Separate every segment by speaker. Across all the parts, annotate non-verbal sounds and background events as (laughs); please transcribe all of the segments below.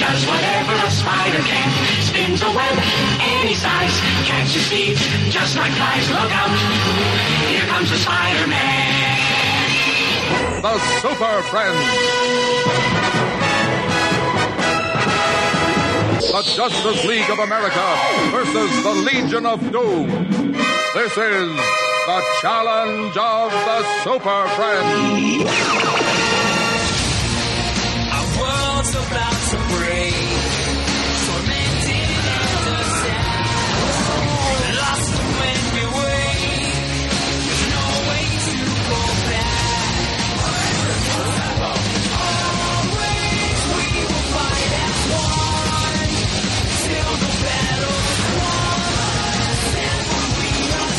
Speaker 1: does whatever a spider can. Spins a web any size, catches thieves just like flies. Look out, here comes the Spider-Man.
Speaker 2: The Super Friends. The Justice League of America versus the Legion of Doom. This is the challenge of the Super Friends.
Speaker 3: Our world's about to break. Tormented and upset. Lost when we wait. There's no way to go back. Always we will fight as one. Till the battle's won. And when we are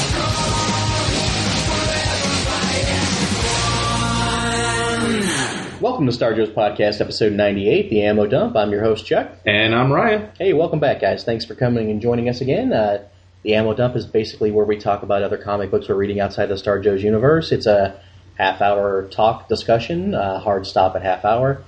Speaker 3: strong. Forever fight as one.
Speaker 4: Welcome to Star Joe's Podcast, episode 98, The Ammo Dump. I'm your host, Chuck.
Speaker 5: And I'm Ryan.
Speaker 4: Hey, welcome back, guys. Thanks for coming and joining us again. Uh, the Ammo Dump is basically where we talk about other comic books we're reading outside the Star Joe's universe. It's a half hour talk discussion, uh, hard stop at half hour.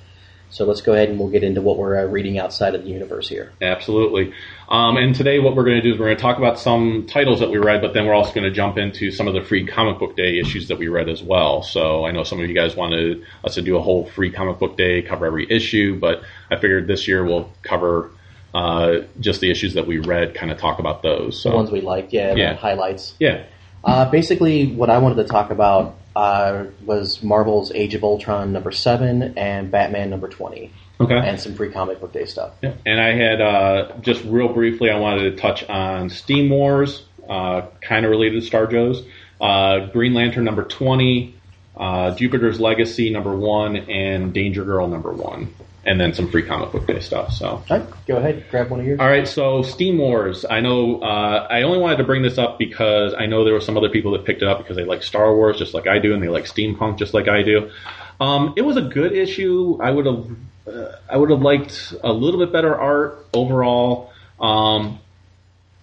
Speaker 4: So let's go ahead and we'll get into what we're uh, reading outside of the universe here.
Speaker 5: Absolutely. Um, and today, what we're going to do is we're going to talk about some titles that we read, but then we're also going to jump into some of the free comic book day issues that we read as well. So I know some of you guys wanted us to do a whole free comic book day, cover every issue, but I figured this year we'll cover uh, just the issues that we read, kind of talk about those.
Speaker 4: The
Speaker 5: So
Speaker 4: ones we liked, yeah, the
Speaker 5: Yeah.
Speaker 4: highlights.
Speaker 5: yeah,
Speaker 4: Uh, basically, what I wanted to talk about uh, was Marvel's Age of Ultron number 7 and Batman number 20,
Speaker 5: okay.
Speaker 4: and some free comic book day stuff.
Speaker 5: Yeah. And I had uh, just real briefly, I wanted to touch on Steam Wars, uh, kind of related to Star Joe's, uh, Green Lantern number 20, uh, Jupiter's Legacy number one, and Danger Girl number one, and then some free comic book day stuff. So.
Speaker 4: All right, go ahead, grab one of yours.
Speaker 5: All right, so Steam Wars. I know uh, I only wanted to bring this up because I know there were some other people that picked it up because they like Star Wars just like I do, and they like steampunk just like I do. Um, it was a good issue. I would have uh, I would have liked a little bit better art overall. Um,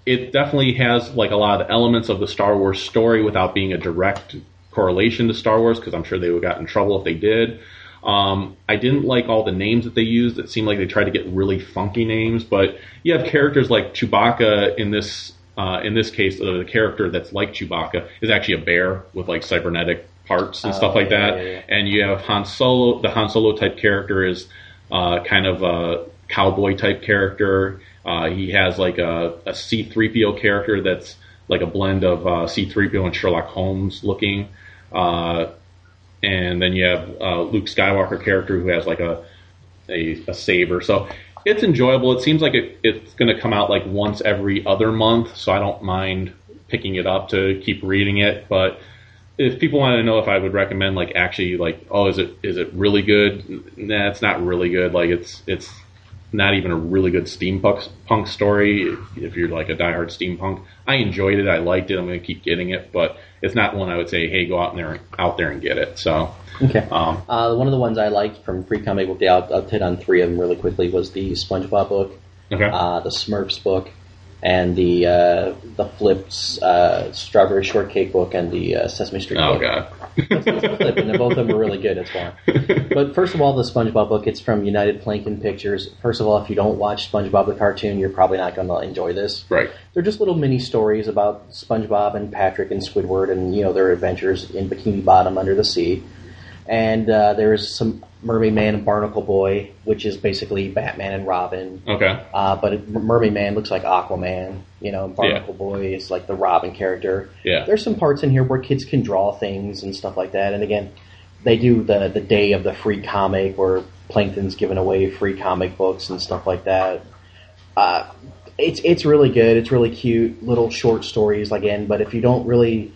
Speaker 5: it definitely has like a lot of the elements of the Star Wars story without being a direct correlation to Star Wars because I'm sure they would have got in trouble if they did. Um, I didn't like all the names that they used. It seemed like they tried to get really funky names, but you have characters like Chewbacca in this uh, in this case. Uh, the character that's like Chewbacca is actually a bear with like cybernetic parts and stuff like
Speaker 4: Oh, yeah,
Speaker 5: that.
Speaker 4: yeah, yeah.
Speaker 5: And you have Han Solo. The Han Solo type character is uh, kind of a cowboy type character. Uh, he has like a, a C3PO character that's like a blend of uh, C3PO and Sherlock Holmes looking. Uh, and then you have uh, Luke Skywalker character who has like a a, a saber. So it's enjoyable. It seems like it, it's going to come out like once every other month, so I don't mind picking it up to keep reading it. But if people wanted to know if I would recommend like actually like oh is it is it really good? Nah, it's not really good. Like it's it's not even a really good steampunk punk story. If you're like a diehard steampunk, I enjoyed it. I liked it. I'm going to keep getting it, but it's not one I would say hey go out there out there and get it. So
Speaker 4: Okay.
Speaker 5: um,
Speaker 4: Uh, one of the ones I liked from Free Comic Book Day, I'll, I'll hit on three of them really quickly, was the SpongeBob book,
Speaker 5: okay.
Speaker 4: uh, the Smurfs book, and the uh, the Flips uh, Strawberry Shortcake book and the uh, Sesame Street
Speaker 5: oh
Speaker 4: book.
Speaker 5: god.
Speaker 4: Flip, and both of them were really good. It's fun. But first of all, the SpongeBob book, it's from United Plankton Pictures. First of all, if you don't watch SpongeBob the cartoon, you're probably not going to enjoy this.
Speaker 5: Right.
Speaker 4: They're just little mini stories about SpongeBob and Patrick and Squidward and you know their adventures in Bikini Bottom under the sea. And uh, there is some Mermaid Man and Barnacle Boy, which is basically Batman and Robin.
Speaker 5: Okay.
Speaker 4: Uh, but it- Mermaid Man looks like Aquaman, you know. and Barnacle Boy is like the Robin character.
Speaker 5: Yeah.
Speaker 4: There's some parts in here where kids can draw things and stuff like that. And again, they do the the day of the free comic where Plankton's giving away free comic books and stuff like that. Uh, it's it's really good. It's really cute little short stories again. But if you don't really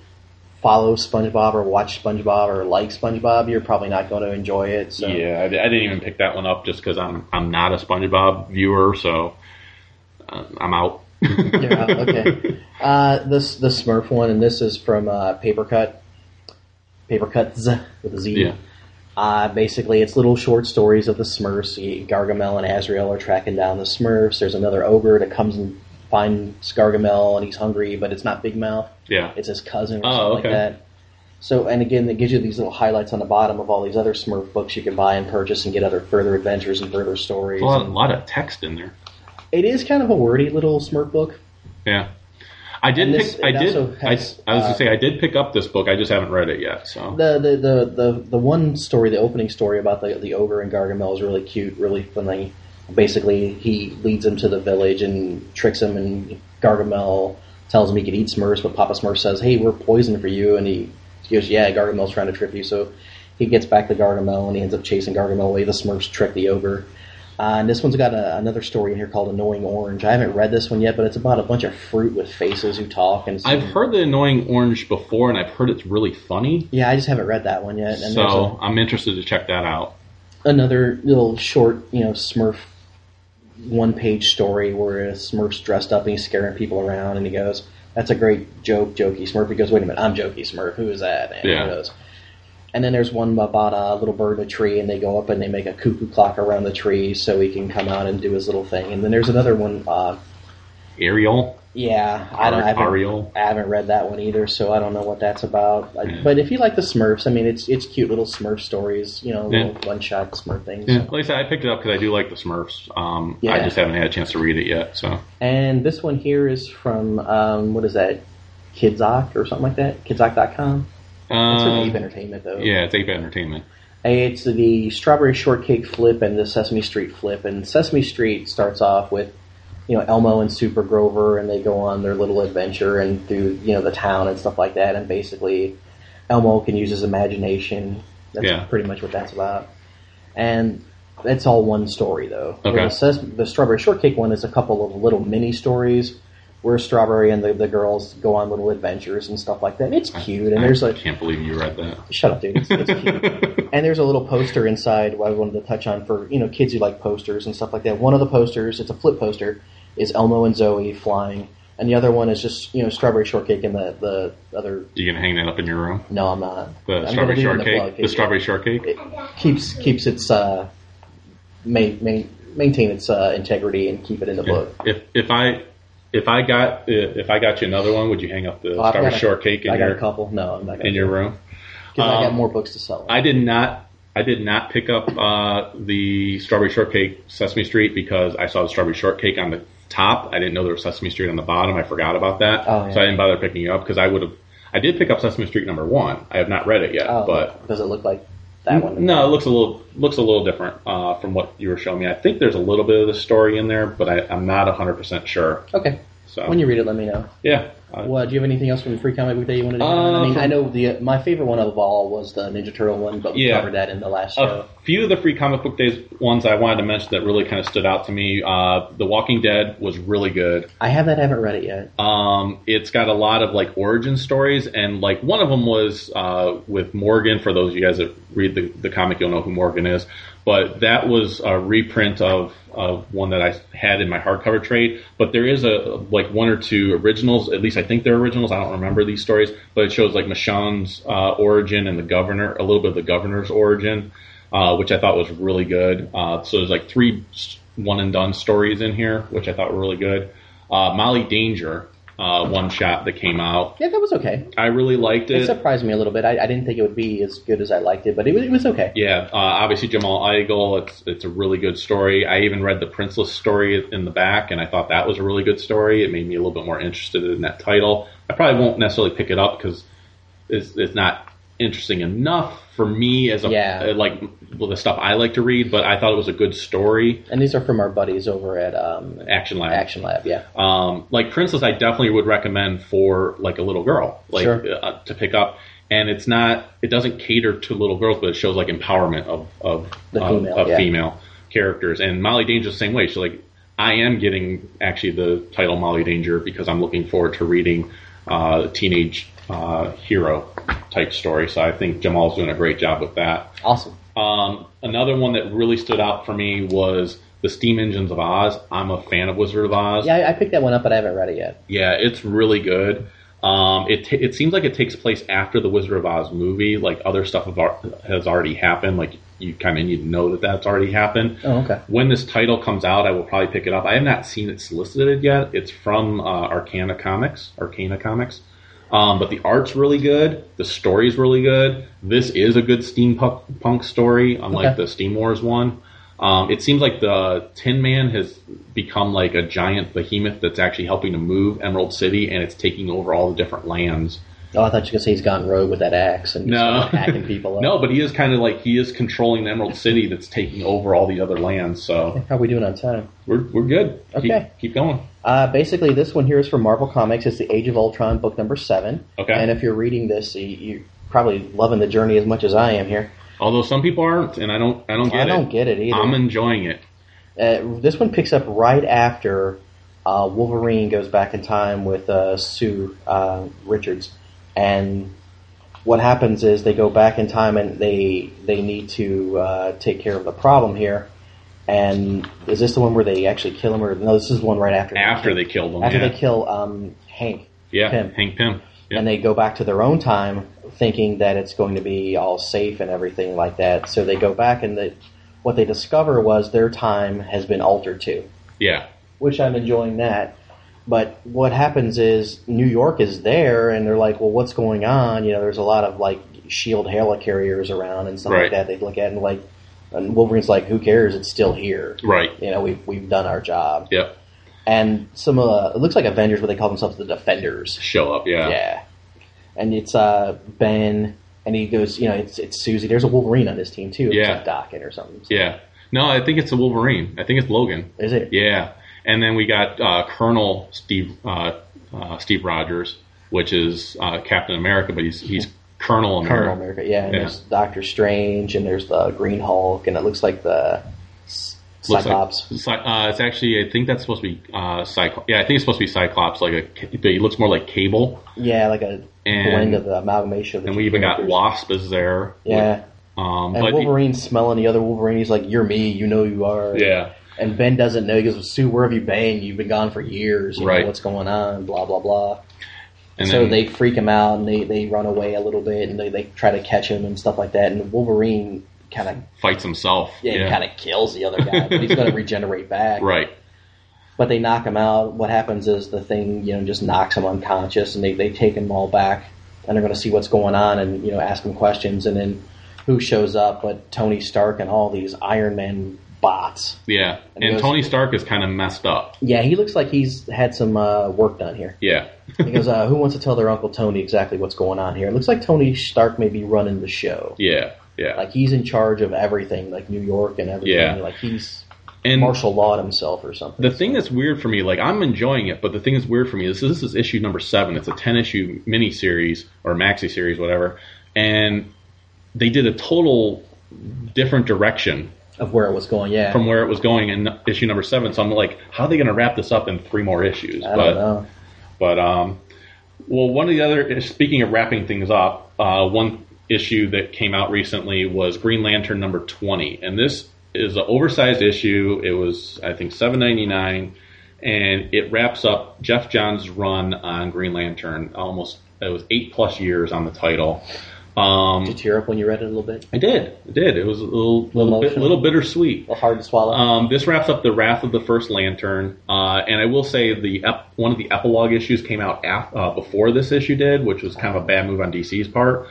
Speaker 4: follow SpongeBob or watch SpongeBob or like SpongeBob, you're probably not going to enjoy it. So
Speaker 5: Yeah, I, I didn't even pick that one up just because I'm I'm not a SpongeBob viewer, so uh,
Speaker 4: (laughs)
Speaker 5: I'm out.
Speaker 4: yeah, okay. Uh, this the Smurf one, and this is from uh, Paper Cut. Paper Cut Z with a Z.
Speaker 5: Yeah.
Speaker 4: Uh, basically, it's little short stories of the Smurfs. Gargamel and Azrael are tracking down the Smurfs. There's another ogre that comes and finds Gargamel, and he's hungry, but it's not Big Mouth.
Speaker 5: Yeah.
Speaker 4: It's his cousin or
Speaker 5: Oh,
Speaker 4: something
Speaker 5: okay.
Speaker 4: like that. So, and again, it gives you these little highlights on the bottom of all these other Smurf books you can buy and purchase and get other further adventures and further stories.
Speaker 5: There's a lot, a lot of text in there.
Speaker 4: It is kind of a wordy little Smurf book.
Speaker 5: Yeah. I did
Speaker 4: And this-
Speaker 5: pick. I
Speaker 4: it
Speaker 5: did.
Speaker 4: also has,
Speaker 5: I, I was
Speaker 4: uh,
Speaker 5: gonna say I did pick up this book. I just haven't read it yet. So
Speaker 4: The the, the, the the one story, the opening story about the the ogre and Gargamel is really cute, really funny. Basically, he leads him to the village and tricks him, and Gargamel tells him he could eat Smurfs, but Papa Smurf says, "Hey, we're poison for you," and he, he goes, "Yeah, Gargamel's trying to trip you." So he gets back to Gargamel, and he ends up chasing Gargamel away. The Smurfs trick the ogre. Uh, and this one's got a, another story in here called "Annoying Orange." I haven't read this one yet, but it's about a bunch of fruit with faces who talk. And it's-
Speaker 5: I've heard the annoying orange before, and I've heard it's really funny.
Speaker 4: yeah, I just haven't read that one yet. And there's a-
Speaker 5: so i I'm interested to check that out.
Speaker 4: another little short, you know, Smurf one page story where a Smurf's dressed up and he's scaring people around and he goes, That's a great joke, jokey Smurf. He goes, Wait a minute, I'm jokey Smurf. Who is that? And
Speaker 5: Yeah.
Speaker 4: he goes, and then there's one about a little bird in a tree, and they go up and they make a cuckoo clock around the tree so he can come out and do his little thing. And then there's another one. Uh,
Speaker 5: Ariel,
Speaker 4: yeah, I don't. I haven't,
Speaker 5: Ariel.
Speaker 4: I haven't read that one either, so I don't know what that's about. I, But if you like the Smurfs, I mean, it's it's cute little Smurf stories, you know,
Speaker 5: Yeah.
Speaker 4: little one shot Smurf things.
Speaker 5: Yeah. Like I said, I picked it up because I do like the Smurfs. Um, I
Speaker 4: Yeah.
Speaker 5: just haven't had a chance to read it yet. So
Speaker 4: And this one here is from, um, what is that? Kidzoc or something like that? Kidzoc.com? It's from
Speaker 5: uh,
Speaker 4: Ape Entertainment, though.
Speaker 5: yeah, it's Ape Entertainment.
Speaker 4: It's the Strawberry Shortcake Flip and the Sesame Street Flip. And Sesame Street starts off with, you know, Elmo and Super Grover, and they go on their little adventure and through, you know, the town and stuff like that. And basically, Elmo can use his imagination. That's
Speaker 5: Yeah.
Speaker 4: pretty much what that's about. And it's all one story, though.
Speaker 5: Okay.
Speaker 4: Where The, ses- the Strawberry Shortcake one is a couple of little mini stories where Strawberry and the, the girls go on little adventures and stuff like that. It's cute, and
Speaker 5: I
Speaker 4: there's like
Speaker 5: can't believe you read that.
Speaker 4: Shut up, dude. It's, it's
Speaker 5: (laughs)
Speaker 4: cute. and there's a little poster inside what I wanted to touch on for you know kids who like posters and stuff like that. One of the posters, it's a flip poster, is Elmo and Zoe flying, and the other one is just you know Strawberry Shortcake and the the other.
Speaker 5: You gonna hang that up in your room?
Speaker 4: No, I'm not.
Speaker 5: The
Speaker 4: I'm gonna leave
Speaker 5: strawberry
Speaker 4: it in
Speaker 5: shortcake.
Speaker 4: blog.
Speaker 5: The,
Speaker 4: It-
Speaker 5: strawberry shortcake.
Speaker 4: It keeps keeps its uh, ma- ma- maintain its uh, integrity and keep it in the book.
Speaker 5: If if I if I got if I got you another one, would you hang up the
Speaker 4: Well, I've
Speaker 5: strawberry
Speaker 4: got a-
Speaker 5: shortcake in
Speaker 4: I got
Speaker 5: your
Speaker 4: a couple. No, I'm not gonna
Speaker 5: in your room?
Speaker 4: because I got
Speaker 5: um,
Speaker 4: more books to sell.
Speaker 5: I did not. I did not pick up uh, the strawberry shortcake Sesame Street because I saw the strawberry shortcake on the top. I didn't know there was Sesame Street on the bottom. I forgot about that,
Speaker 4: Oh, yeah.
Speaker 5: so I didn't bother picking it up because I would have. I did pick up Sesame Street number one. I have not read it yet,
Speaker 4: oh,
Speaker 5: but
Speaker 4: does it look like that one?
Speaker 5: no, it looks a little looks a little different uh, from what you were showing me. I think there's a little bit of the story in there, but I, I'm not 100 percent sure.
Speaker 4: Okay.
Speaker 5: So
Speaker 4: When you read it, let me know.
Speaker 5: yeah, Uh, I-
Speaker 4: Well, do you have anything else from Free Comic Book Day you wanted to? hit on? I mean,
Speaker 5: Uh,
Speaker 4: I know the my favorite one of all was the Ninja Turtle one, but we
Speaker 5: Yeah. Uh,
Speaker 4: covered that in the last
Speaker 5: a
Speaker 4: show.
Speaker 5: few of the free comic book days ones I wanted to mention that really kind of stood out to me. Uh, the Walking Dead was really good.
Speaker 4: I have that, haven't read it yet.
Speaker 5: Um, it's got a lot of like origin stories, and like one of them was uh, with Morgan. For those of you guys that read the, the comic, you'll know who Morgan is. But that was a reprint of, of one that I had in my hardcover trade. But there is a like one or two originals. At least I think they're originals. I don't remember these stories, but it shows like Michonne's uh, origin and the governor, a little bit of the governor's origin, uh, which I thought was really good. Uh, so there's like three s- one and done stories in here, which I thought were really good. Uh, Molly Danger uh, one shot that came out.
Speaker 4: Yeah, that was okay.
Speaker 5: I really liked
Speaker 4: It
Speaker 5: it.
Speaker 4: surprised me a little bit. I, I didn't think it would be as good as I liked it, but it was, it was okay.
Speaker 5: yeah, uh, obviously Jamal Igle. It's it's a really good story. I even read the Princess story in the back, and I thought that was a really good story. It made me a little bit more interested in that title. I probably won't necessarily pick it up because it's it's not interesting enough for me as a
Speaker 4: Yeah.
Speaker 5: like well, the stuff I like to read. But I thought it was a good story.
Speaker 4: And these are from our buddies over at um,
Speaker 5: Action Lab.
Speaker 4: Action Lab. Yeah,
Speaker 5: um, like Princess, I definitely would recommend for like a little girl, like
Speaker 4: Sure.
Speaker 5: uh, to pick up. And it's not, it doesn't cater to little girls, but it shows like empowerment of of,
Speaker 4: The
Speaker 5: of,
Speaker 4: female,
Speaker 5: of
Speaker 4: yeah.
Speaker 5: female characters. And Molly Danger's the same way. She's like, I am getting actually the title Molly Danger because I'm looking forward to reading uh, teenage uh, hero type story. So I think Jamal's doing a great job with that.
Speaker 4: awesome.
Speaker 5: Um, another one that really stood out for me was the Steam Engines of Oz. I'm a fan of Wizard of Oz.
Speaker 4: Yeah, I, I picked that one up, but I haven't read it yet.
Speaker 5: Yeah, it's really good. Um, it t- it seems like it takes place after the Wizard of Oz movie. Like other stuff have ar- has already happened. Like you kind of need to know that that's already happened.
Speaker 4: Oh, okay.
Speaker 5: When this title comes out, I will probably pick it up. I have not seen it solicited yet. It's from uh, Arcana Comics. Arcana Comics. Um, but the art's really good. The story's really good. This is a good steampunk punk story, unlike
Speaker 4: Okay.
Speaker 5: the Steam Wars one. Um, it seems like the Tin Man has become like a giant behemoth that's actually helping to move Emerald City, and it's taking over all the different lands.
Speaker 4: Oh, I thought you were gonna say he's gone rogue with that axe and just
Speaker 5: No,
Speaker 4: started hacking
Speaker 5: (laughs)
Speaker 4: people up.
Speaker 5: no, but he is kind of like he is controlling the Emerald City that's taking over all the other lands. So
Speaker 4: How are we doing on time?
Speaker 5: we're we're good.
Speaker 4: Okay.
Speaker 5: keep, keep going.
Speaker 4: Uh, basically, this one here is from Marvel Comics. It's the Age of Ultron book number seven.
Speaker 5: Okay.
Speaker 4: And if you're reading this, you, you're probably loving the journey as much as I am here.
Speaker 5: Although some people aren't, and I don't, I don't get
Speaker 4: I
Speaker 5: it.
Speaker 4: don't get it either.
Speaker 5: I'm enjoying it.
Speaker 4: Uh, this one picks up right after uh, Wolverine goes back in time with uh, Sue uh, Richards, and what happens is they go back in time and they they need to uh, take care of the problem here. And is this the one where they actually kill him, or no? This is the one right after.
Speaker 5: After
Speaker 4: kill-
Speaker 5: they killed him,
Speaker 4: after
Speaker 5: yeah.
Speaker 4: they kill um, Hank.
Speaker 5: yeah,
Speaker 4: Pym.
Speaker 5: Hank Pym. Yeah.
Speaker 4: and they go back to their own time thinking that it's going to be all safe and everything like that. So they go back and they, what they discover was their time has been altered too,
Speaker 5: yeah,
Speaker 4: which I'm enjoying that. But what happens is New York is there and they're like, well, what's going on? You know, there's a lot of like shield helicarriers around and stuff
Speaker 5: Right.
Speaker 4: like that. They look at and like, and Wolverine's like, who cares? It's still here.
Speaker 5: right.
Speaker 4: You know, we've, we've done our job.
Speaker 5: Yep.
Speaker 4: And some, uh, it looks like Avengers, but they call themselves the Defenders.
Speaker 5: Show up. Yeah.
Speaker 4: Yeah. And it's uh, Ben, and he goes, you know, it's it's Susie. There's a Wolverine on this team too.
Speaker 5: Yeah.
Speaker 4: It's like Docket or something. So-
Speaker 5: Yeah. No, I think it's a Wolverine. I think it's Logan.
Speaker 4: Is it?
Speaker 5: Yeah. And then we got uh, Colonel Steve uh, uh, Steve Rogers, which is uh, Captain America, but he's he's Colonel America.
Speaker 4: Colonel America. Yeah. And
Speaker 5: Yeah.
Speaker 4: there's Doctor Strange, and there's the Green Hulk, and it looks like the S-
Speaker 5: Looks
Speaker 4: Cyclops.
Speaker 5: Like, Cy- uh, it's actually, I think that's supposed to be uh, Cyclops. Yeah, I think it's supposed to be Cyclops. Like a, ca- but he looks more like Cable.
Speaker 4: yeah, like a
Speaker 5: And-
Speaker 4: blend of the amalgamation. Of the
Speaker 5: And
Speaker 4: two
Speaker 5: we even got
Speaker 4: characters.
Speaker 5: Wasp is there.
Speaker 4: Yeah.
Speaker 5: Um,
Speaker 4: And
Speaker 5: but
Speaker 4: Wolverine's smelling the other Wolverine. He's like, "You're me. You know you are."
Speaker 5: yeah,
Speaker 4: And Ben doesn't know. He goes, "Sue, where have you been? You've been gone for years. You
Speaker 5: Right.
Speaker 4: Know what's going on? Blah blah blah."
Speaker 5: and
Speaker 4: so
Speaker 5: then-
Speaker 4: they freak him out and they, they run away a little bit and they, they try to catch him and stuff like that. And Wolverine kind of
Speaker 5: fights himself.
Speaker 4: yeah, kind of kills the other guy, but he's
Speaker 5: (laughs)
Speaker 4: going to regenerate back.
Speaker 5: right.
Speaker 4: But they knock him out. What happens is the thing you know just knocks him unconscious and they, they take him all back and they're going to see what's going on and you know ask him questions and then who shows up but Tony Stark and all these Iron Man bots.
Speaker 5: Yeah,
Speaker 4: And
Speaker 5: and,
Speaker 4: those-
Speaker 5: Tony Stark is kind of messed up.
Speaker 4: Yeah, he looks like he's had some uh, work done here.
Speaker 5: Yeah, (laughs)
Speaker 4: He goes, uh, "Who wants to tell their Uncle Tony exactly what's going on here?" It looks like Tony Stark may be running the show.
Speaker 5: yeah, yeah.
Speaker 4: like he's in charge of everything, like New York and everything.
Speaker 5: Yeah.
Speaker 4: Like he's
Speaker 5: and
Speaker 4: martial lawed himself or something.
Speaker 5: the thing that's weird for me, like I'm enjoying it, but the thing that's weird for me is this is issue number seven. It's a ten issue miniseries or maxi series, whatever, and they did a total different direction
Speaker 4: of where it was going. Yeah,
Speaker 5: from where it was going in issue number seven. So I'm like, how are they going to wrap this up in three more issues?
Speaker 4: I don't
Speaker 5: but
Speaker 4: know.
Speaker 5: but um, well, one of the other eh, speaking of wrapping things up, uh, one issue that came out recently was Green Lantern number twenty, and this is an oversized issue. It was I think seven ninety nine, and it wraps up Jeff Johns' run on Green Lantern. Almost it was eight plus years on the title. Um,
Speaker 4: Did you tear up when you read it a little bit?
Speaker 5: I did, I did. It was a little little, bit,
Speaker 4: Emotional.
Speaker 5: little bittersweet.
Speaker 4: A little hard to swallow.
Speaker 5: Um, this wraps up the Wrath of the First Lantern, uh, and I will say the ep- one of the epilogue issues came out af- uh, before this issue did, which was kind of a bad move on DC's part.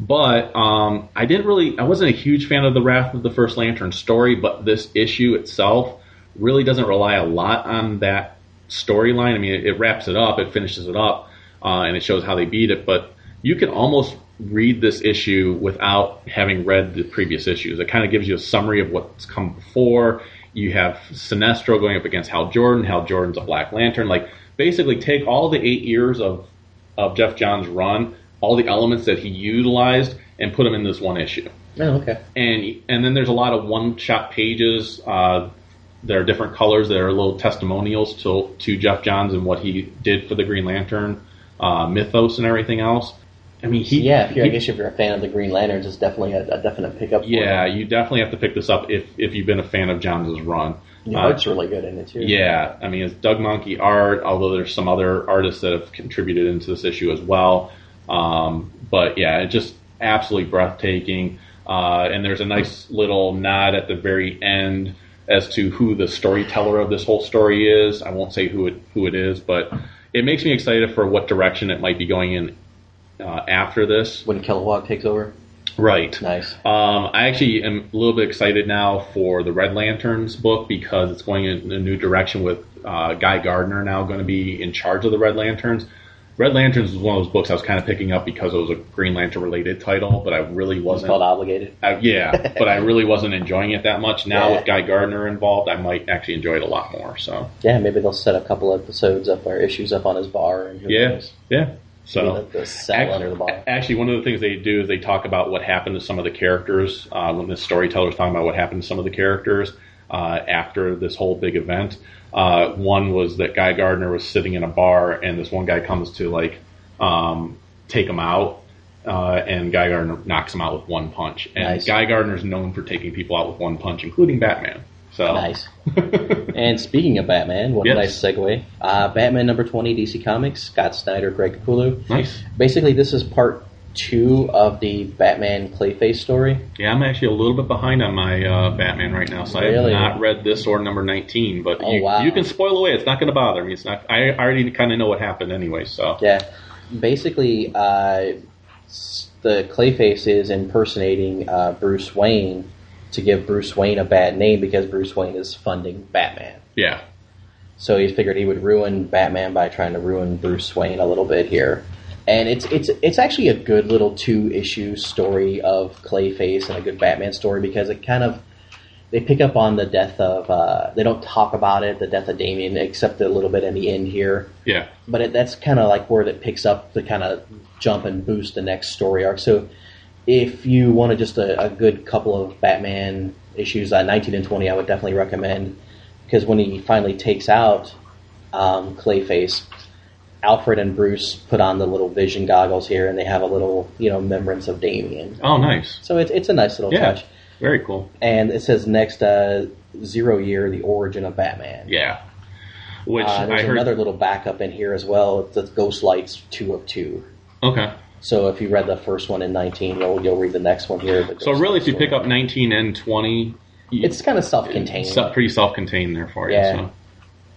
Speaker 5: But um, I didn't really, I wasn't a huge fan of the Wrath of the First Lantern story, but this issue itself really doesn't rely a lot on that storyline. I mean, it, it wraps it up, it finishes it up, uh, and it shows how they beat it. But you can almost read this issue without having read the previous issues. It kind of gives you a summary of what's come before. You have Sinestro going up against Hal Jordan. Hal Jordan's a Black Lantern. Like basically, take all the eight years of of Jeff Johns' run, all the elements that he utilized, and put them in this one issue
Speaker 4: oh, okay.
Speaker 5: and and then there's a lot of one shot pages. Uh, there are different colors that are little testimonials to to Jeff Johns and what he did for the Green Lantern uh, mythos and everything else. I mean, he
Speaker 4: Yeah, if you're, I
Speaker 5: he-
Speaker 4: guess if you're a fan of the Green Lanterns, it's definitely a, a definite pickup. for
Speaker 5: yeah,
Speaker 4: you.
Speaker 5: you definitely have to pick this up if if you've been a fan of Johns' run.
Speaker 4: the
Speaker 5: Uh,
Speaker 4: art's really good in it too.
Speaker 5: yeah, I mean it's Doug Monkey art, although there's some other artists that have contributed into this issue as well. Um, but yeah, it's just absolutely breathtaking. Uh, and there's a nice little nod at the very end as to who the storyteller of this whole story is. I won't say who it who it is, but it makes me excited for what direction it might be going in uh, after this.
Speaker 4: when Kilowog takes over.
Speaker 5: Right.
Speaker 4: Nice.
Speaker 5: Um, I actually am a little bit excited now for the Red Lanterns book because it's going in a new direction with uh, Guy Gardner now going to be in charge of the Red Lanterns. Red Lanterns was one of those books I was kind of picking up because it was a Green Lantern related title, but I really wasn't.
Speaker 4: Felt obligated.
Speaker 5: I, yeah, but I really wasn't enjoying it that much. Now
Speaker 4: Yeah.
Speaker 5: with Guy Gardner involved, I might actually enjoy it a lot more. So
Speaker 4: Yeah, maybe they'll set a couple episodes up or issues up on his bar. And who
Speaker 5: yeah,
Speaker 4: knows?
Speaker 5: yeah.
Speaker 4: Maybe
Speaker 5: So
Speaker 4: let the cell
Speaker 5: Ac-
Speaker 4: under the bar.
Speaker 5: Actually, one of the things they do is they talk about what happened to some of the characters uh, when the storyteller's talking about what happened to some of the characters uh, after this whole big event. Uh, one was that Guy Gardner was sitting in a bar, and this one guy comes to like um, take him out, uh, and Guy Gardner knocks him out with one punch. And
Speaker 4: Nice.
Speaker 5: Guy Gardner's known for taking people out with one punch, including Batman. So
Speaker 4: Nice. and speaking of Batman, what
Speaker 5: Oh. Yes.
Speaker 4: a nice segue. Uh, Batman number 20, DC Comics, Scott Snyder, Greg Capullo.
Speaker 5: nice.
Speaker 4: Basically, this is part two of the Batman Clayface story.
Speaker 5: Yeah, I'm actually a little bit behind on my uh, Batman right now, so
Speaker 4: Really?
Speaker 5: I have not read this or number 19. But
Speaker 4: Oh,
Speaker 5: you,
Speaker 4: wow.
Speaker 5: you can spoil away; it's not going to bother me. It's not. I already kind of know what happened anyway. So
Speaker 4: Yeah. Basically, uh, s- the Clayface is impersonating uh, Bruce Wayne to give Bruce Wayne a bad name because Bruce Wayne is funding Batman.
Speaker 5: yeah,
Speaker 4: So he figured he would ruin Batman by trying to ruin Bruce Wayne a little bit here. And it's it's it's actually a good little two issue story of Clayface and a good Batman story because it kind of they pick up on the death of uh, they don't talk about it the death of Damien except a little bit in the end here
Speaker 5: yeah,
Speaker 4: but it, that's kind of like where it picks up to kind of jump and boost the next story arc. So if you wanted just a, a good couple of Batman issues, uh, 19 and 20, I would definitely recommend because when he finally takes out um, Clayface, Alfred and Bruce put on the little vision goggles here, and they have a little you know remembrance of Damien.
Speaker 5: Oh, nice.
Speaker 4: So it's it's a nice little
Speaker 5: Yeah,
Speaker 4: touch.
Speaker 5: very cool.
Speaker 4: And it says next uh, zero year, the origin of Batman.
Speaker 5: Yeah, which
Speaker 4: Uh,
Speaker 5: I
Speaker 4: there's
Speaker 5: heard.
Speaker 4: another little backup in here as well. It's the Ghost Lights two of two.
Speaker 5: okay,
Speaker 4: So if you read the first one in 19, you'll, you'll read the next one here. the Ghost
Speaker 5: so really, if
Speaker 4: Lights
Speaker 5: you pick
Speaker 4: one.
Speaker 5: up 19 and 20, you-
Speaker 4: it's kind of self-contained,
Speaker 5: se- pretty self-contained there for you.
Speaker 4: Yeah.
Speaker 5: So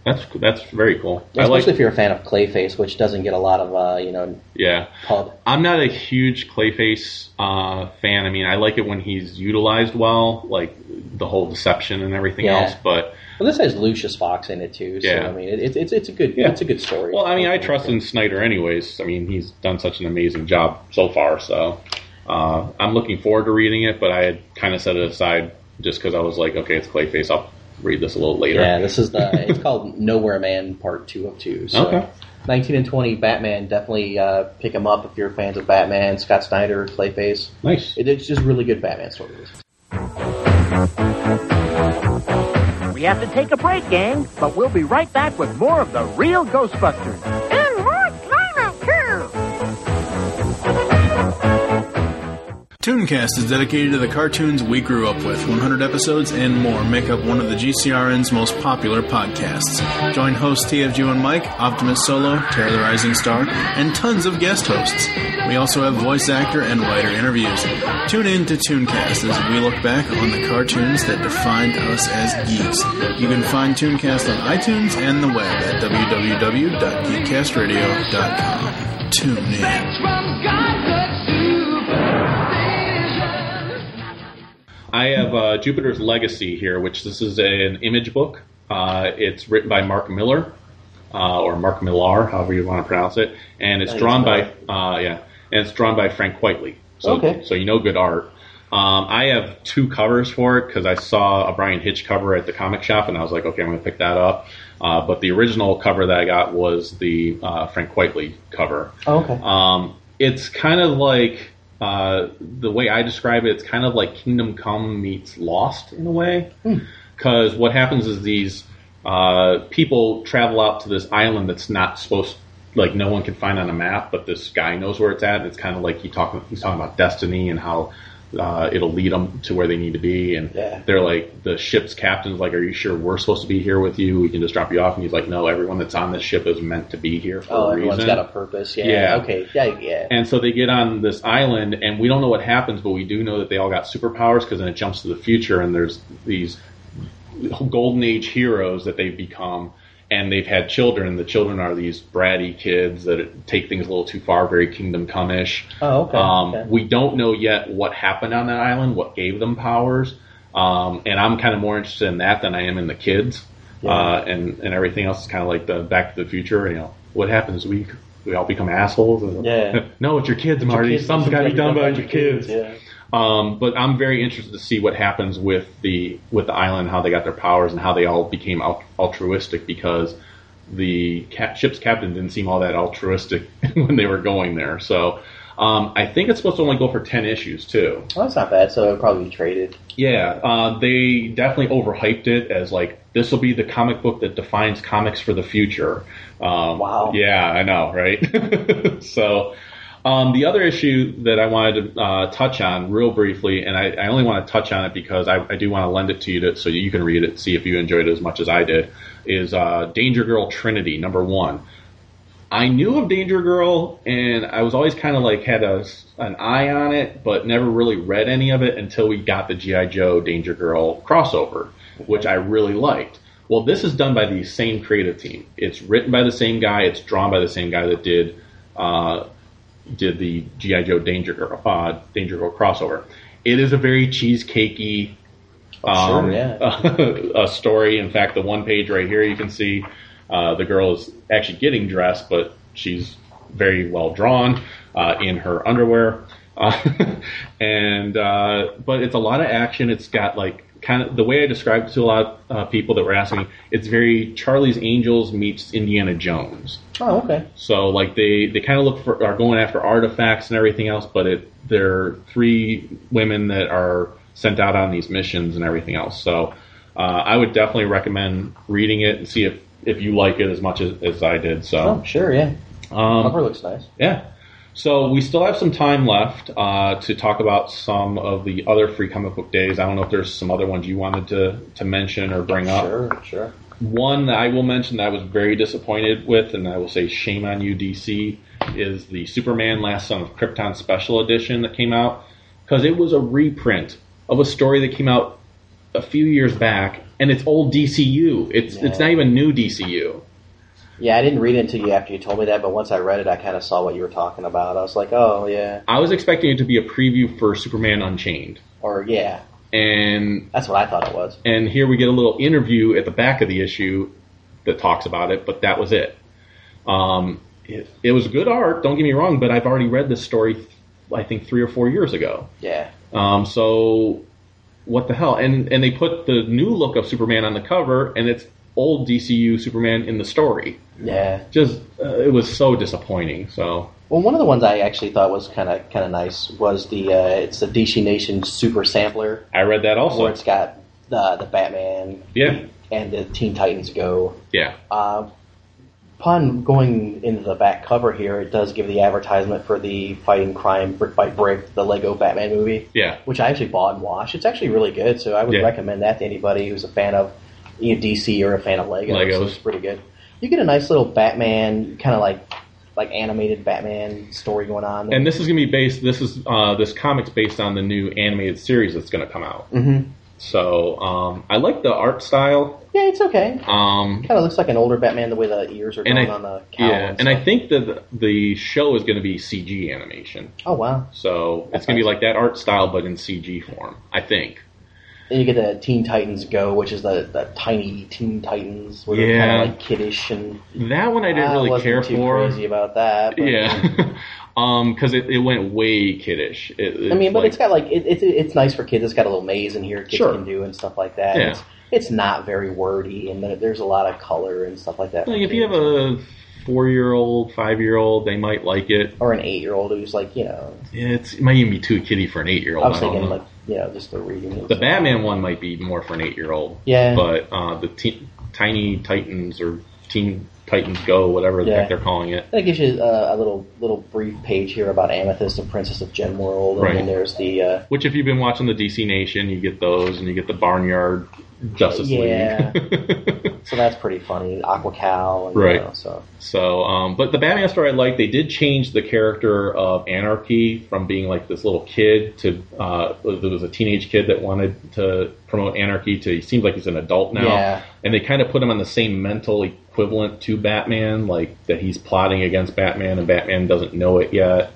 Speaker 5: that's that's very cool. I
Speaker 4: especially
Speaker 5: like.
Speaker 4: if you're a fan of Clayface, which doesn't get a lot of uh, you know
Speaker 5: yeah.
Speaker 4: pub.
Speaker 5: I'm not a huge Clayface uh, fan. I mean, I like it when he's utilized well, like the whole deception and everything
Speaker 4: Yeah.
Speaker 5: else. But
Speaker 4: Well, this has Lucius Fox in it too. So
Speaker 5: Yeah.
Speaker 4: I mean, it, it's- it's it's a good
Speaker 5: Yeah.
Speaker 4: it's a good story.
Speaker 5: well, I mean, I trust in Snyder, anyways. I mean, he's done such an amazing job so far. So uh, I'm looking forward to reading it. But I had kind of set it aside just because I was like, okay, it's Clayface. I'll read this a little later.
Speaker 4: Yeah, this is the it's called Nowhere Man Part Two of Two. So
Speaker 5: Okay.
Speaker 4: 19 and 20 Batman definitely uh, pick them up if you're fans of Batman, Scott Snyder, Clayface.
Speaker 5: Nice.
Speaker 4: It, it's just really good Batman stories.
Speaker 6: We have to take a break, gang, but we'll be right back with more of the real Ghostbusters.
Speaker 7: And more drama, too.
Speaker 8: Tooncast is dedicated to the cartoons we grew up with. 100 episodes and more make up one of the GCRN's most popular podcasts. Join hosts TFG and Mike, Optimus Solo, Terror the Rising Star, and tons of guest hosts. We also have voice actor and writer interviews. Tune in to Tooncast as we look back on the cartoons that defined us as geeks. You can find Tooncast on iTunes and the web at www.geekcastradio.com. Tune in.
Speaker 5: I have uh, Jupiter's Legacy here, which this is an image book. Uh, it's written by Mark Miller, uh, or Mark Millar, however you want to pronounce it, and it's drawn by uh, yeah, and it's drawn by Frank Quitely. So,
Speaker 4: Okay.
Speaker 5: So you know good art. Um, I have two covers for it because I saw a Brian Hitch cover at the comic shop, and I was like, okay, I'm going to pick that up. Uh, but the original cover that I got was the uh, Frank Quitely cover.
Speaker 4: Oh, okay.
Speaker 5: Um, it's kind of like uh, the way I describe it. It's kind of like Kingdom Come meets Lost in a way,
Speaker 4: Hmm.
Speaker 5: because what happens is these uh, people travel out to this island that's not supposed, like no one can find on a map, but this guy knows where it's at. And it's kind of like he talking, he's talking about destiny and how. Uh, it'll lead them to where they need to be, and
Speaker 4: Yeah.
Speaker 5: they're like the ship's captain's like, "Are you sure we're supposed to be here with you? We can just drop you off." And he's like, "No, everyone that's on this ship is meant to be here for
Speaker 4: oh,
Speaker 5: a
Speaker 4: everyone's
Speaker 5: reason."
Speaker 4: got a purpose. Yeah.
Speaker 5: Yeah.
Speaker 4: Okay. Yeah. Yeah.
Speaker 5: And so they get on this island, and we don't know what happens, but we do know that they all got superpowers because then it jumps to the future, and there's these golden age heroes that they've become. and they've had children, and the children are these bratty kids that take things a little too far, very Kingdom Come ish.
Speaker 4: Oh, okay,
Speaker 5: Um,
Speaker 4: okay.
Speaker 5: We don't know yet what happened on that island, what gave them powers, um, and I'm kind of more interested in that than I am in the kids. Uh, and and everything else is kind of like the Back to the Future. You know, what happens? We we all become assholes. And-
Speaker 4: Yeah.
Speaker 5: (laughs) no, it's your kids, Marty.
Speaker 4: kids-
Speaker 5: Something's got to be done by your kids.
Speaker 4: Yeah.
Speaker 5: Um, but I'm very interested to see what happens with the with the island, how they got their powers, and how they all became al- altruistic because the cap- ship's captain didn't seem all that altruistic (laughs) when they were going there. So um, I think it's supposed to only go for ten issues too.
Speaker 4: Well, that's not bad. So it'll probably be traded.
Speaker 5: Yeah, uh, they definitely overhyped it as like this will be the comic book that defines comics for the future. Um,
Speaker 4: Wow.
Speaker 5: Yeah, I know, right? (laughs) so, um, the other issue that I wanted to uh, touch on real briefly, and I, I only want to touch on it because I, I do want to lend it to you to, so you can read it, see if you enjoyed it as much as I did, is uh, Danger Girl Trinity number one. I knew of Danger Girl, and I was always kind of like had a, an eye on it, but never really read any of it until we got the GI Joe Danger Girl crossover, which I really liked. Well, this is done by the same creative team. It's written by the same guy. It's drawn by the same guy that did uh, did the GI Joe Danger Girl uh, Danger Girl crossover. It is a very cheesecakey
Speaker 4: sure,
Speaker 5: um,
Speaker 4: yeah.
Speaker 5: (laughs) a story. In fact, the one page right here, you can see uh, the girl is actually getting dressed, but she's very well drawn uh, in her underwear. (laughs) Uh, and uh, but it's a lot of action. It's got like kind of the way I described it to a lot of uh, people that were asking me. It's very Charlie's Angels meets Indiana Jones.
Speaker 4: Oh, okay.
Speaker 5: So like they, they kind of look for are going after artifacts and everything else, but it they're three women that are sent out on these missions and everything else. So uh, I would definitely recommend reading it and see if, if you like it as much as, as I did.
Speaker 4: Oh,
Speaker 5: So
Speaker 4: sure. Yeah.
Speaker 5: uh, um,
Speaker 4: Cover looks nice.
Speaker 5: yeah. So we still have some time left uh, to talk about some of the other free comic book days. I don't know if there's some other ones you wanted to, to mention or bring up.
Speaker 4: Sure. Sure.
Speaker 5: One that I will mention that I was very disappointed with, and I will say shame on you, DC, is the Superman Last Son of Krypton Special Edition that came out because it was a reprint of a story that came out a few years back, and it's old DCU. It's it's not even new DCU.
Speaker 4: Yeah, I didn't read it until you after you told me that, but once I read it, I kind of saw what you were talking about. I was like, oh yeah,
Speaker 5: I was expecting it to be a preview for Superman Unchained,
Speaker 4: or yeah,
Speaker 5: and
Speaker 4: that's what I thought it was.
Speaker 5: and here we get a little interview at the back of the issue that talks about it, but that was it. Um, it, it was good art, don't get me wrong, but I've already read this story, I think, three or four years ago.
Speaker 4: Yeah.
Speaker 5: Um, so what the hell? And and they put the new look of Superman on the cover, and it's old DCU Superman in the story.
Speaker 4: Yeah.
Speaker 5: Just uh, it was so disappointing. So
Speaker 4: Well, one of the ones I actually thought was kind of kind of nice was the uh, it's the DC Nation Super Sampler
Speaker 5: I read that
Speaker 4: where
Speaker 5: also.
Speaker 4: it's got uh, the Batman
Speaker 5: Yeah,
Speaker 4: and the Teen Titans Go.
Speaker 5: yeah.
Speaker 4: Uh, upon going into the back cover here, it does give the advertisement for the Fighting Crime Brick by Brick, the Lego Batman movie.
Speaker 5: Yeah.
Speaker 4: Which I actually bought and watched. It's actually really good, so I would
Speaker 5: Yeah.
Speaker 4: recommend that to anybody who's a fan of you know, DC or a fan of Lego.
Speaker 5: Legos.
Speaker 4: It's pretty good. You get a nice little Batman, kind of like like animated Batman story going on.
Speaker 5: And this is gonna be based. This is uh, this comic's based on the new animated series that's gonna come out.
Speaker 4: Mhm.
Speaker 5: So um, I like the art style.
Speaker 4: yeah, it's okay.
Speaker 5: Um,
Speaker 4: Kind of looks like an older Batman the way the ears are
Speaker 5: and
Speaker 4: drawn
Speaker 5: I
Speaker 4: on the cowl.
Speaker 5: yeah, and
Speaker 4: stuff.
Speaker 5: I think that the show is going to be CG animation.
Speaker 4: oh wow!
Speaker 5: So it's going to be like that art style, but in CG form. I think.
Speaker 4: Then you get the Teen Titans Go, which is the, the tiny Teen Titans, where they're
Speaker 5: Yeah.
Speaker 4: kind of like kiddish and
Speaker 5: That one I didn't really
Speaker 4: wasn't
Speaker 5: care
Speaker 4: too
Speaker 5: for.
Speaker 4: crazy about that. But,
Speaker 5: Yeah, (laughs) because it, it went way kiddish. It,
Speaker 4: I mean, but
Speaker 5: like-
Speaker 4: it's got like it, it's it's nice for kids. It's got a little maze in here kids
Speaker 5: Sure.
Speaker 4: can do and stuff like that.
Speaker 5: Yeah.
Speaker 4: It's, it's not very wordy, and there- there's a lot of color and stuff like that. for
Speaker 5: like if you have
Speaker 4: kids.
Speaker 5: a four-year-old, five-year-old, they might like it.
Speaker 4: or an eight year old who's like you know,
Speaker 5: It's it might even be too kiddy for an eight-year-old.
Speaker 4: I was
Speaker 5: I don't
Speaker 4: thinking
Speaker 5: know.
Speaker 4: like you know just the reading. and
Speaker 5: Uh-huh. The
Speaker 4: stuff.
Speaker 5: Batman one might be more for an eight-year-old.
Speaker 4: Yeah.
Speaker 5: But uh, the teen, Tiny Titans or Teen Titans Go, whatever the
Speaker 4: Yeah.
Speaker 5: heck they're calling it.
Speaker 4: That gives you uh, a little little brief page here about Amethyst and Princess of Gemworld, and
Speaker 5: Right.
Speaker 4: then there's the uh,
Speaker 5: Which, if you've been watching the DC Nation, you get those, and you get the Barnyard Justice
Speaker 4: Yeah.
Speaker 5: (laughs) League.
Speaker 4: So that's pretty funny. Aqua Cal. And,
Speaker 5: Right.
Speaker 4: You know, so
Speaker 5: So, um, but the Batman story I like, they did change the character of Anarchy from being like this little kid to uh, there was a teenage kid that wanted to promote anarchy to he seems like he's an adult now,
Speaker 4: Yeah.
Speaker 5: and they kind of put him on the same mental equivalent to Batman, like that he's plotting against Batman and Batman doesn't know it yet.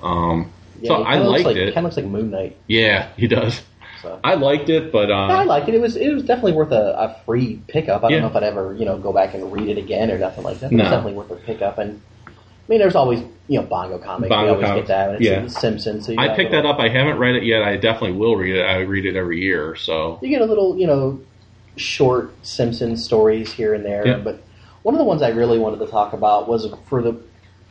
Speaker 5: Um,
Speaker 4: yeah,
Speaker 5: so
Speaker 4: he
Speaker 5: I
Speaker 4: kinda looks
Speaker 5: liked
Speaker 4: like,
Speaker 5: it. Uh,
Speaker 4: Kind of looks like Moon Knight.
Speaker 5: yeah, he does.
Speaker 4: So.
Speaker 5: I liked it, but
Speaker 4: Yeah, I
Speaker 5: uh,
Speaker 4: liked it. It was it was definitely worth a, a free pickup. I don't
Speaker 5: Yeah.
Speaker 4: know if I'd ever you know go back and read it again or nothing like that. But It
Speaker 5: No.
Speaker 4: was definitely worth a pickup. And I mean, there's always you know Bongo comics.
Speaker 5: Bongo
Speaker 4: you always
Speaker 5: comics,
Speaker 4: get that. And it's
Speaker 5: yeah.
Speaker 4: the Simpsons. So you
Speaker 5: I
Speaker 4: got a
Speaker 5: picked that
Speaker 4: little-
Speaker 5: up. I haven't read it yet. I definitely will read it. I read it every year. So
Speaker 4: You get a little you know short Simpsons stories here and there.
Speaker 5: Yeah.
Speaker 4: But one of the ones I really wanted to talk about was for the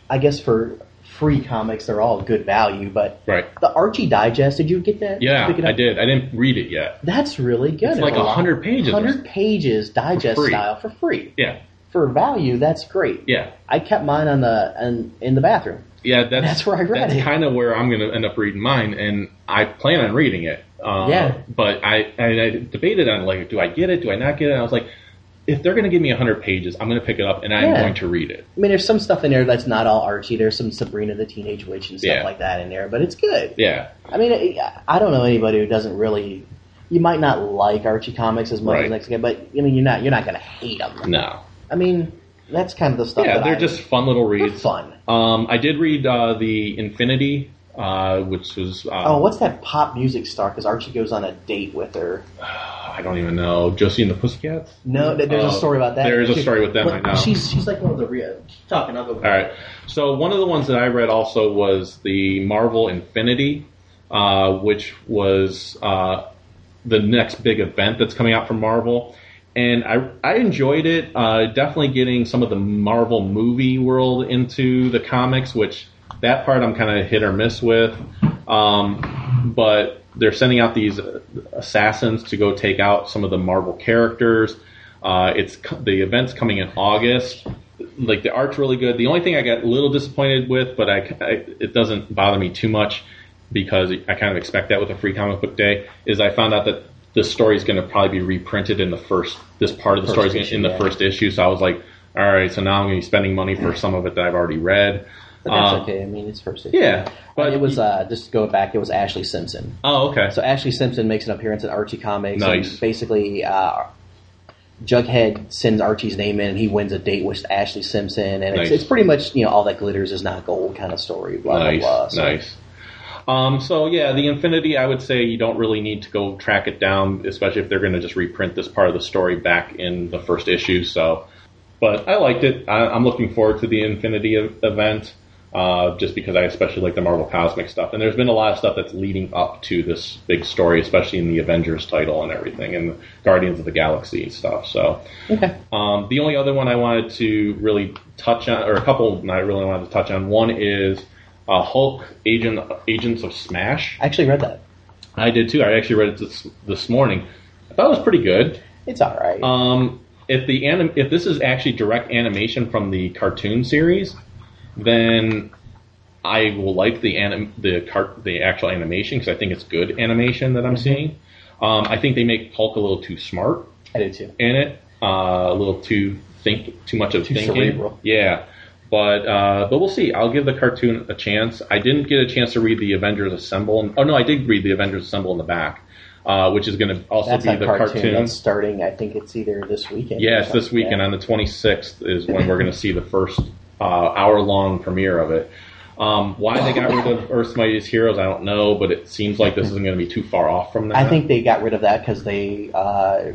Speaker 4: I guess for free comics they're all good value, but
Speaker 5: right.
Speaker 4: the Archie Digest. Did you get that?
Speaker 5: Yeah,
Speaker 4: Pick it
Speaker 5: I
Speaker 4: up?
Speaker 5: did. I didn't read it yet.
Speaker 4: That's really good.
Speaker 5: It's like 100 pages.
Speaker 4: Hundred pages digest
Speaker 5: free.
Speaker 4: style for free.
Speaker 5: Yeah,
Speaker 4: For value, that's great.
Speaker 5: yeah,
Speaker 4: I kept mine on the in, in the bathroom.
Speaker 5: yeah. That's
Speaker 4: That's where I read
Speaker 5: That's
Speaker 4: it.
Speaker 5: kind of where I'm going to end up reading mine, and I plan on reading it. Uh,
Speaker 4: Yeah.
Speaker 5: But I and I debated on like, do I get it? Do I not get it? And I was like, if they're going to give me 100 pages, I'm going to pick it up and I'm
Speaker 4: Yeah.
Speaker 5: going to read it.
Speaker 4: I mean, there's some stuff in there that's not all Archie. There's some Sabrina the Teenage Witch and stuff
Speaker 5: Yeah.
Speaker 4: like that in there, but it's good.
Speaker 5: Yeah,
Speaker 4: I mean, I- I don't know anybody who doesn't really. You might not like Archie comics as much
Speaker 5: Right.
Speaker 4: as the next guy, but I mean, you're not you're not going to hate them.
Speaker 5: no.
Speaker 4: I mean, that's kind of the stuff.
Speaker 5: Yeah,
Speaker 4: that
Speaker 5: they're
Speaker 4: I-
Speaker 5: just fun little
Speaker 4: they're
Speaker 5: reads.
Speaker 4: fun.
Speaker 5: Um, I did read uh, the Infinity, uh, which was uh,
Speaker 4: Oh, what's that pop music star? Because Archie goes on a date with her.
Speaker 5: I don't even know Josie and the Pussycats.
Speaker 4: No, th- there's
Speaker 5: Oh,
Speaker 4: a story about that.
Speaker 5: there is a story with them,
Speaker 4: but
Speaker 5: I know.
Speaker 4: She's she's like one of the real. Keep talking. I'll go.
Speaker 5: All right. So one of the ones that I read also was the Marvel Infinity, uh, which was uh, the next big event that's coming out from Marvel, and I I enjoyed it. Uh, definitely getting some of the Marvel movie world into the comics, which that part I'm kind of hit or miss with. Um, but they're sending out these uh, assassins to go take out some of the Marvel characters. Uh, it's co- the event's coming in August. Like the art's really good. The only thing I got a little disappointed with, but I, I- it doesn't bother me too much because I kind of expect that with a free comic book day. Is I found out that this story is going to probably be reprinted in the first this part of the story is gonna-
Speaker 4: issue,
Speaker 5: in the
Speaker 4: yeah.
Speaker 5: first issue. So I was like, all right, so now I'm going to be spending money for some of it that I've already read.
Speaker 4: But that's
Speaker 5: Uh,
Speaker 4: okay. I mean, it's first. issue.
Speaker 5: Yeah,
Speaker 4: But it was uh, just to go back. It was Ashley Simpson.
Speaker 5: Oh, okay.
Speaker 4: So Ashley Simpson makes an appearance in Archie comics. and
Speaker 5: Nice.
Speaker 4: basically, uh, Jughead sends Archie's name in, and he wins a date with Ashley Simpson, and
Speaker 5: Nice.
Speaker 4: it's, it's pretty much you know all that glitters is not gold kind of story. Blah
Speaker 5: nice,
Speaker 4: blah blah. So
Speaker 5: nice. Um, so yeah, the Infinity, I would say you don't really need to go track it down, especially if they're going to just reprint this part of the story back in the first issue. So, but I liked it. I, I'm looking forward to the Infinity e- event, uh, just because I especially like the Marvel Cosmic stuff. And there's been a lot of stuff that's leading up to this big story, especially in the Avengers title and everything, and the Guardians of the Galaxy and stuff. So, Um, the only other one I wanted to really touch on, or a couple I really wanted to touch on, one is uh, Hulk Agent Agents of Smash.
Speaker 4: I actually read that.
Speaker 5: I did too. I actually read it this, this morning. I thought it was pretty good.
Speaker 4: It's all right.
Speaker 5: Um, if the anim- if this is actually direct animation from the cartoon series, then I will like the anim- the car- the actual animation because I think it's good animation that I'm seeing. Um, I think they make Hulk a little too smart
Speaker 4: I did too.
Speaker 5: in it, uh, a little too think too much of
Speaker 4: Too
Speaker 5: thinking.
Speaker 4: cerebral.
Speaker 5: Yeah, but uh, but we'll see. I'll give the cartoon a chance. I didn't get a chance to read the Avengers Assemble. And, oh no, I did read the Avengers Assemble in the back, uh, which is going to also
Speaker 4: That's
Speaker 5: be
Speaker 4: a
Speaker 5: the
Speaker 4: cartoon, that's starting. I think it's either this weekend.
Speaker 5: yeah,
Speaker 4: or
Speaker 5: it's this
Speaker 4: something.
Speaker 5: weekend on the 26th is when we're going to see the first uh, hour long premiere of it. Um, why they got rid
Speaker 4: (laughs)
Speaker 5: of Earth's Mightiest Heroes, I don't know, but it seems like this isn't going to be too far off from that.
Speaker 4: I think they got rid of that because they uh,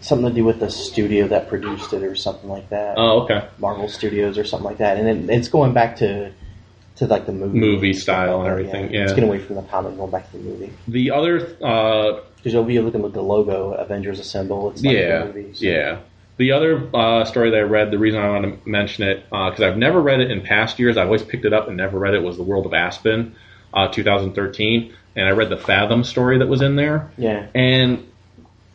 Speaker 4: something to do with the studio that produced it or something like that.
Speaker 5: Oh, okay.
Speaker 4: Marvel Studios or something like that, and then it's going back to to like the movie
Speaker 5: Movie style and everything, yeah.
Speaker 4: it's getting away from the comic, going back to the movie.
Speaker 5: The other uh,
Speaker 4: Because you'll be looking at the logo, Avengers Assemble. It's like
Speaker 5: yeah,
Speaker 4: the movie. so-
Speaker 5: yeah. The other uh, story that I read, the reason I want to mention it, because I've never read it in past years, I've always picked it up and never read it, was The World of Aspen, uh, 2013. And I read the Fathom story that was in there.
Speaker 4: Yeah.
Speaker 5: And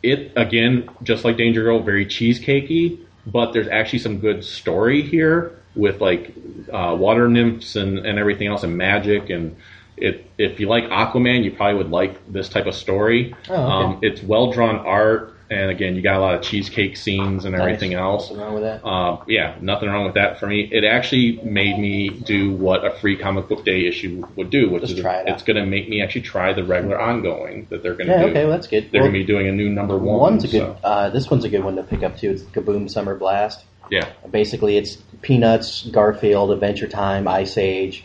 Speaker 5: it, again, just like Danger Girl, very cheesecakey, but there's actually some good story here with like uh, water nymphs and, and everything else and magic. And it, if you like Aquaman, you probably would like this type of story.
Speaker 4: Oh, okay.
Speaker 5: um, it's well drawn art. And again, you got a lot of cheesecake scenes and everything
Speaker 4: Nice.
Speaker 5: else.
Speaker 4: Nothing wrong with that.
Speaker 5: Uh, yeah, nothing wrong with that for me. It actually made me do what a free comic book day issue would do, which
Speaker 4: Just
Speaker 5: is
Speaker 4: try it out.
Speaker 5: it's going to make me actually try the regular ongoing that they're going to
Speaker 4: Yeah,
Speaker 5: do.
Speaker 4: okay, well, that's good.
Speaker 5: They're
Speaker 4: Well,
Speaker 5: going to be doing a new number one.
Speaker 4: One's a good.
Speaker 5: so,
Speaker 4: Uh, this one's a good one to pick up too. It's Kaboom Summer Blast.
Speaker 5: yeah,
Speaker 4: Basically, it's Peanuts, Garfield, Adventure Time, Ice Age,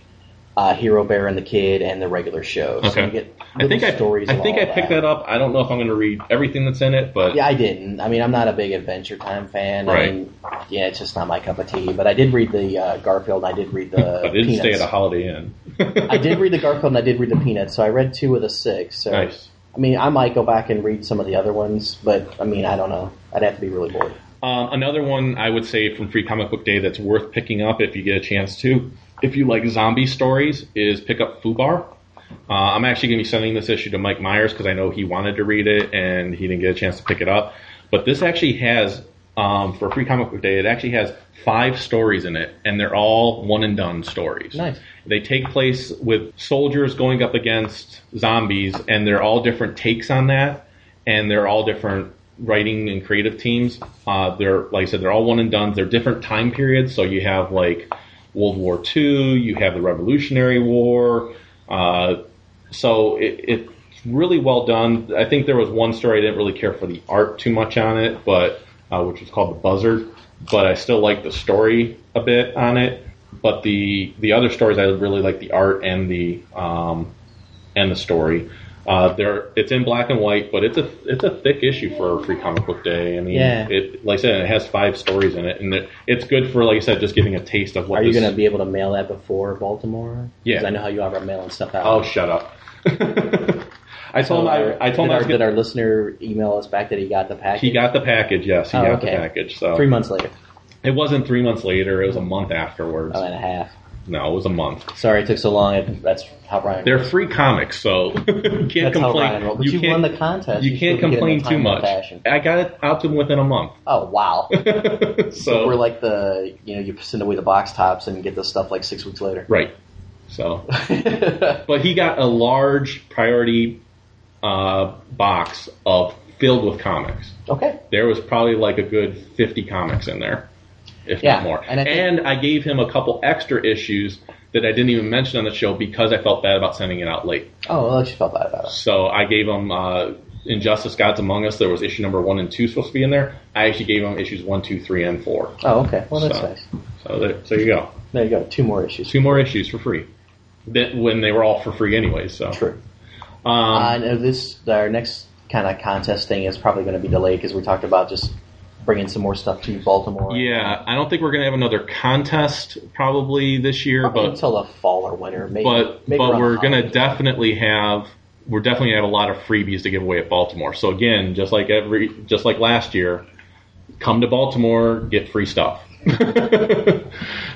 Speaker 4: uh, Hero Bear and the Kid, and the regular show. So
Speaker 5: okay.
Speaker 4: you get
Speaker 5: I think I,
Speaker 4: little stories.
Speaker 5: I
Speaker 4: and
Speaker 5: think
Speaker 4: all
Speaker 5: I picked that. up. I don't know if I'm going to read everything that's in it, but
Speaker 4: Yeah, I didn't. I mean, I'm not a big Adventure Time fan. I
Speaker 5: Right.
Speaker 4: mean, yeah, it's just not my cup of tea. But I did read the uh, Garfield. And I did read the.
Speaker 5: (laughs) I didn't
Speaker 4: Peanuts.
Speaker 5: stay at a Holiday Inn. (laughs)
Speaker 4: I did read the Garfield and I did read the Peanuts, so I read two of the six. So
Speaker 5: Nice.
Speaker 4: I mean, I might go back and read some of the other ones, but I mean, I don't know. I'd have to be really bored.
Speaker 5: Um, another one I would say from Free Comic Book Day that's worth picking up if you get a chance to, if you like zombie stories, is pick up Fubar. Uh, I'm actually going to be sending this issue to Mike Myers because I know he wanted to read it and he didn't get a chance to pick it up. But this actually has, um, for Free Comic Book Day, it actually has five stories in it, and they're all one and done stories.
Speaker 4: Nice.
Speaker 5: They take place with soldiers going up against zombies, and they're all different takes on that, and they're all different writing and creative teams. Uh, they're like I said, they're all one and done. They're different time periods, so you have like World War II, you have the Revolutionary War. Uh, so it, it's really well done. I think there was one story I didn't really care for the art too much on it, but uh, which was called the Buzzard. But I still like the story a bit on it. But the the other stories I really like the art and the um, and the story. Uh, there, it's in black and white, but it's a it's a thick issue for Free Comic Book Day. I mean,
Speaker 4: Yeah.
Speaker 5: it like I said, it has five stories in it, and it, it's good for like I said, just giving a taste of what.
Speaker 4: Are you
Speaker 5: this-
Speaker 4: going to be able to mail that before Baltimore? 'Cause
Speaker 5: Yeah.
Speaker 4: I know how you are about mailing stuff out.
Speaker 5: Oh, shut up! (laughs) I told him I, I told him
Speaker 4: Oh, did our,
Speaker 5: I
Speaker 4: did
Speaker 5: was gonna-
Speaker 4: our listener email us back that he got the package?
Speaker 5: He got the package. Yes, he
Speaker 4: Oh,
Speaker 5: got
Speaker 4: okay.
Speaker 5: the package. So
Speaker 4: three months later,
Speaker 5: it wasn't three months later. It was a month afterwards.
Speaker 4: oh, and a half.
Speaker 5: no, it was a month.
Speaker 4: Sorry, it took so long. It- That's how Ryan.
Speaker 5: They're free comics, so (laughs) you can't
Speaker 4: That's how Ryan
Speaker 5: complain.
Speaker 4: rolled. But you
Speaker 5: can't-
Speaker 4: won the contest.
Speaker 5: You,
Speaker 4: You
Speaker 5: can't
Speaker 4: couldn't get it in a
Speaker 5: complain too
Speaker 4: timely
Speaker 5: much.
Speaker 4: fashion.
Speaker 5: I got it out to him within a month. (laughs)
Speaker 4: oh wow!
Speaker 5: so
Speaker 4: We're like the you know you send away the box tops and get the stuff like six weeks later.
Speaker 5: right.
Speaker 4: (laughs)
Speaker 5: So, but he got a large priority uh, box of filled with comics.
Speaker 4: Okay.
Speaker 5: there was probably like a good 50 comics in there, if
Speaker 4: Yeah,
Speaker 5: not more.
Speaker 4: and
Speaker 5: And
Speaker 4: I
Speaker 5: I,
Speaker 4: think-
Speaker 5: gave him a couple extra issues that I didn't even mention on the show because I felt bad about sending it out late.
Speaker 4: Oh, well, I just felt bad about it.
Speaker 5: So I gave him uh, Injustice Gods Among Us. There was issue number one and two supposed to be in there. I actually gave him issues one, two, three, and four.
Speaker 4: Oh, okay. Well, that's
Speaker 5: So-
Speaker 4: nice.
Speaker 5: So there, so you go.
Speaker 4: There you go. Two more issues.
Speaker 5: Two more issues for free. That when they were all for free anyway. So
Speaker 4: True.
Speaker 5: Um,
Speaker 4: Uh, no, this our next kind of contest thing is probably going to be delayed because we talked about just bringing some more stuff to Baltimore.
Speaker 5: yeah, I don't think we're gonna have another contest probably this year, but
Speaker 4: until the fall or winter. Maybe,
Speaker 5: but
Speaker 4: maybe
Speaker 5: but
Speaker 4: around
Speaker 5: we're gonna
Speaker 4: holidays.
Speaker 5: definitely have we're definitely gonna have a lot of freebies to give away at Baltimore. So again, just like every just like last year, come to Baltimore, get free stuff. (laughs)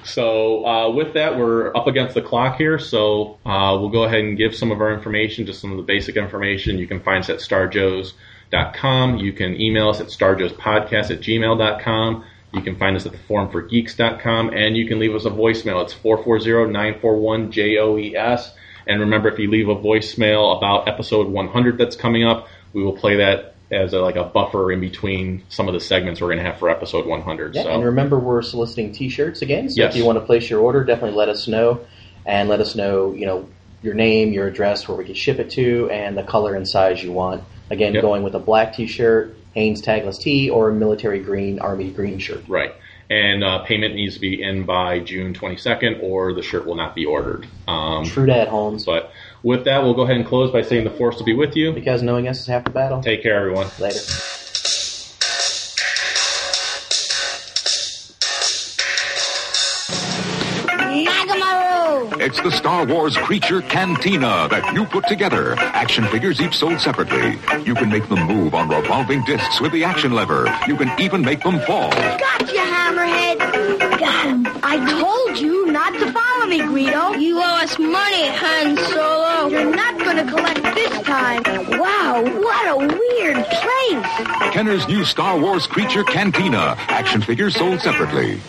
Speaker 5: so uh, with that, we're up against the clock here. So uh, we'll go ahead and give some of our information, just some of the basic information. You can find us at starjoes.com. You can email us at starjoespodcast at gmail.com. You can find us at the forum for geeks.com and you can leave us a voicemail. It's 440-941-JOES. E And remember, if you leave a voicemail about episode 100 that's coming up, we will play that as a, like a buffer in between some of the segments we're going to have for episode 100.
Speaker 4: Yeah,
Speaker 5: so
Speaker 4: and remember we're soliciting T-shirts again. So
Speaker 5: Yes.
Speaker 4: if you want to place your order, definitely let us know, and let us know you know your name, your address, where we can ship it to, and the color and size you want. Again,
Speaker 5: Yep.
Speaker 4: going with a black T-shirt, Hanes tagless tee, or a military green Army green shirt.
Speaker 5: Right. And uh, payment needs to be in by June 22nd, or the shirt will not be ordered. Um,
Speaker 4: True dat, Holmes.
Speaker 5: but with that, we'll go ahead and close by saying the force will be with you.
Speaker 4: Because knowing us is half the battle.
Speaker 5: Take care, everyone.
Speaker 4: Later.
Speaker 7: Nagamaroo!
Speaker 9: It's the Star Wars Creature Cantina that you put together. Action figures each sold separately. You can make them move on revolving discs with the action lever. You can even make them fall.
Speaker 7: Gotcha, Hammerhead! Got him. I told you not to follow me, Guido. You owe us money, Han Solo. You're not gonna collect this time. Wow, what a weird place.
Speaker 9: Kenner's new Star Wars Creature Cantina. Action figures sold separately.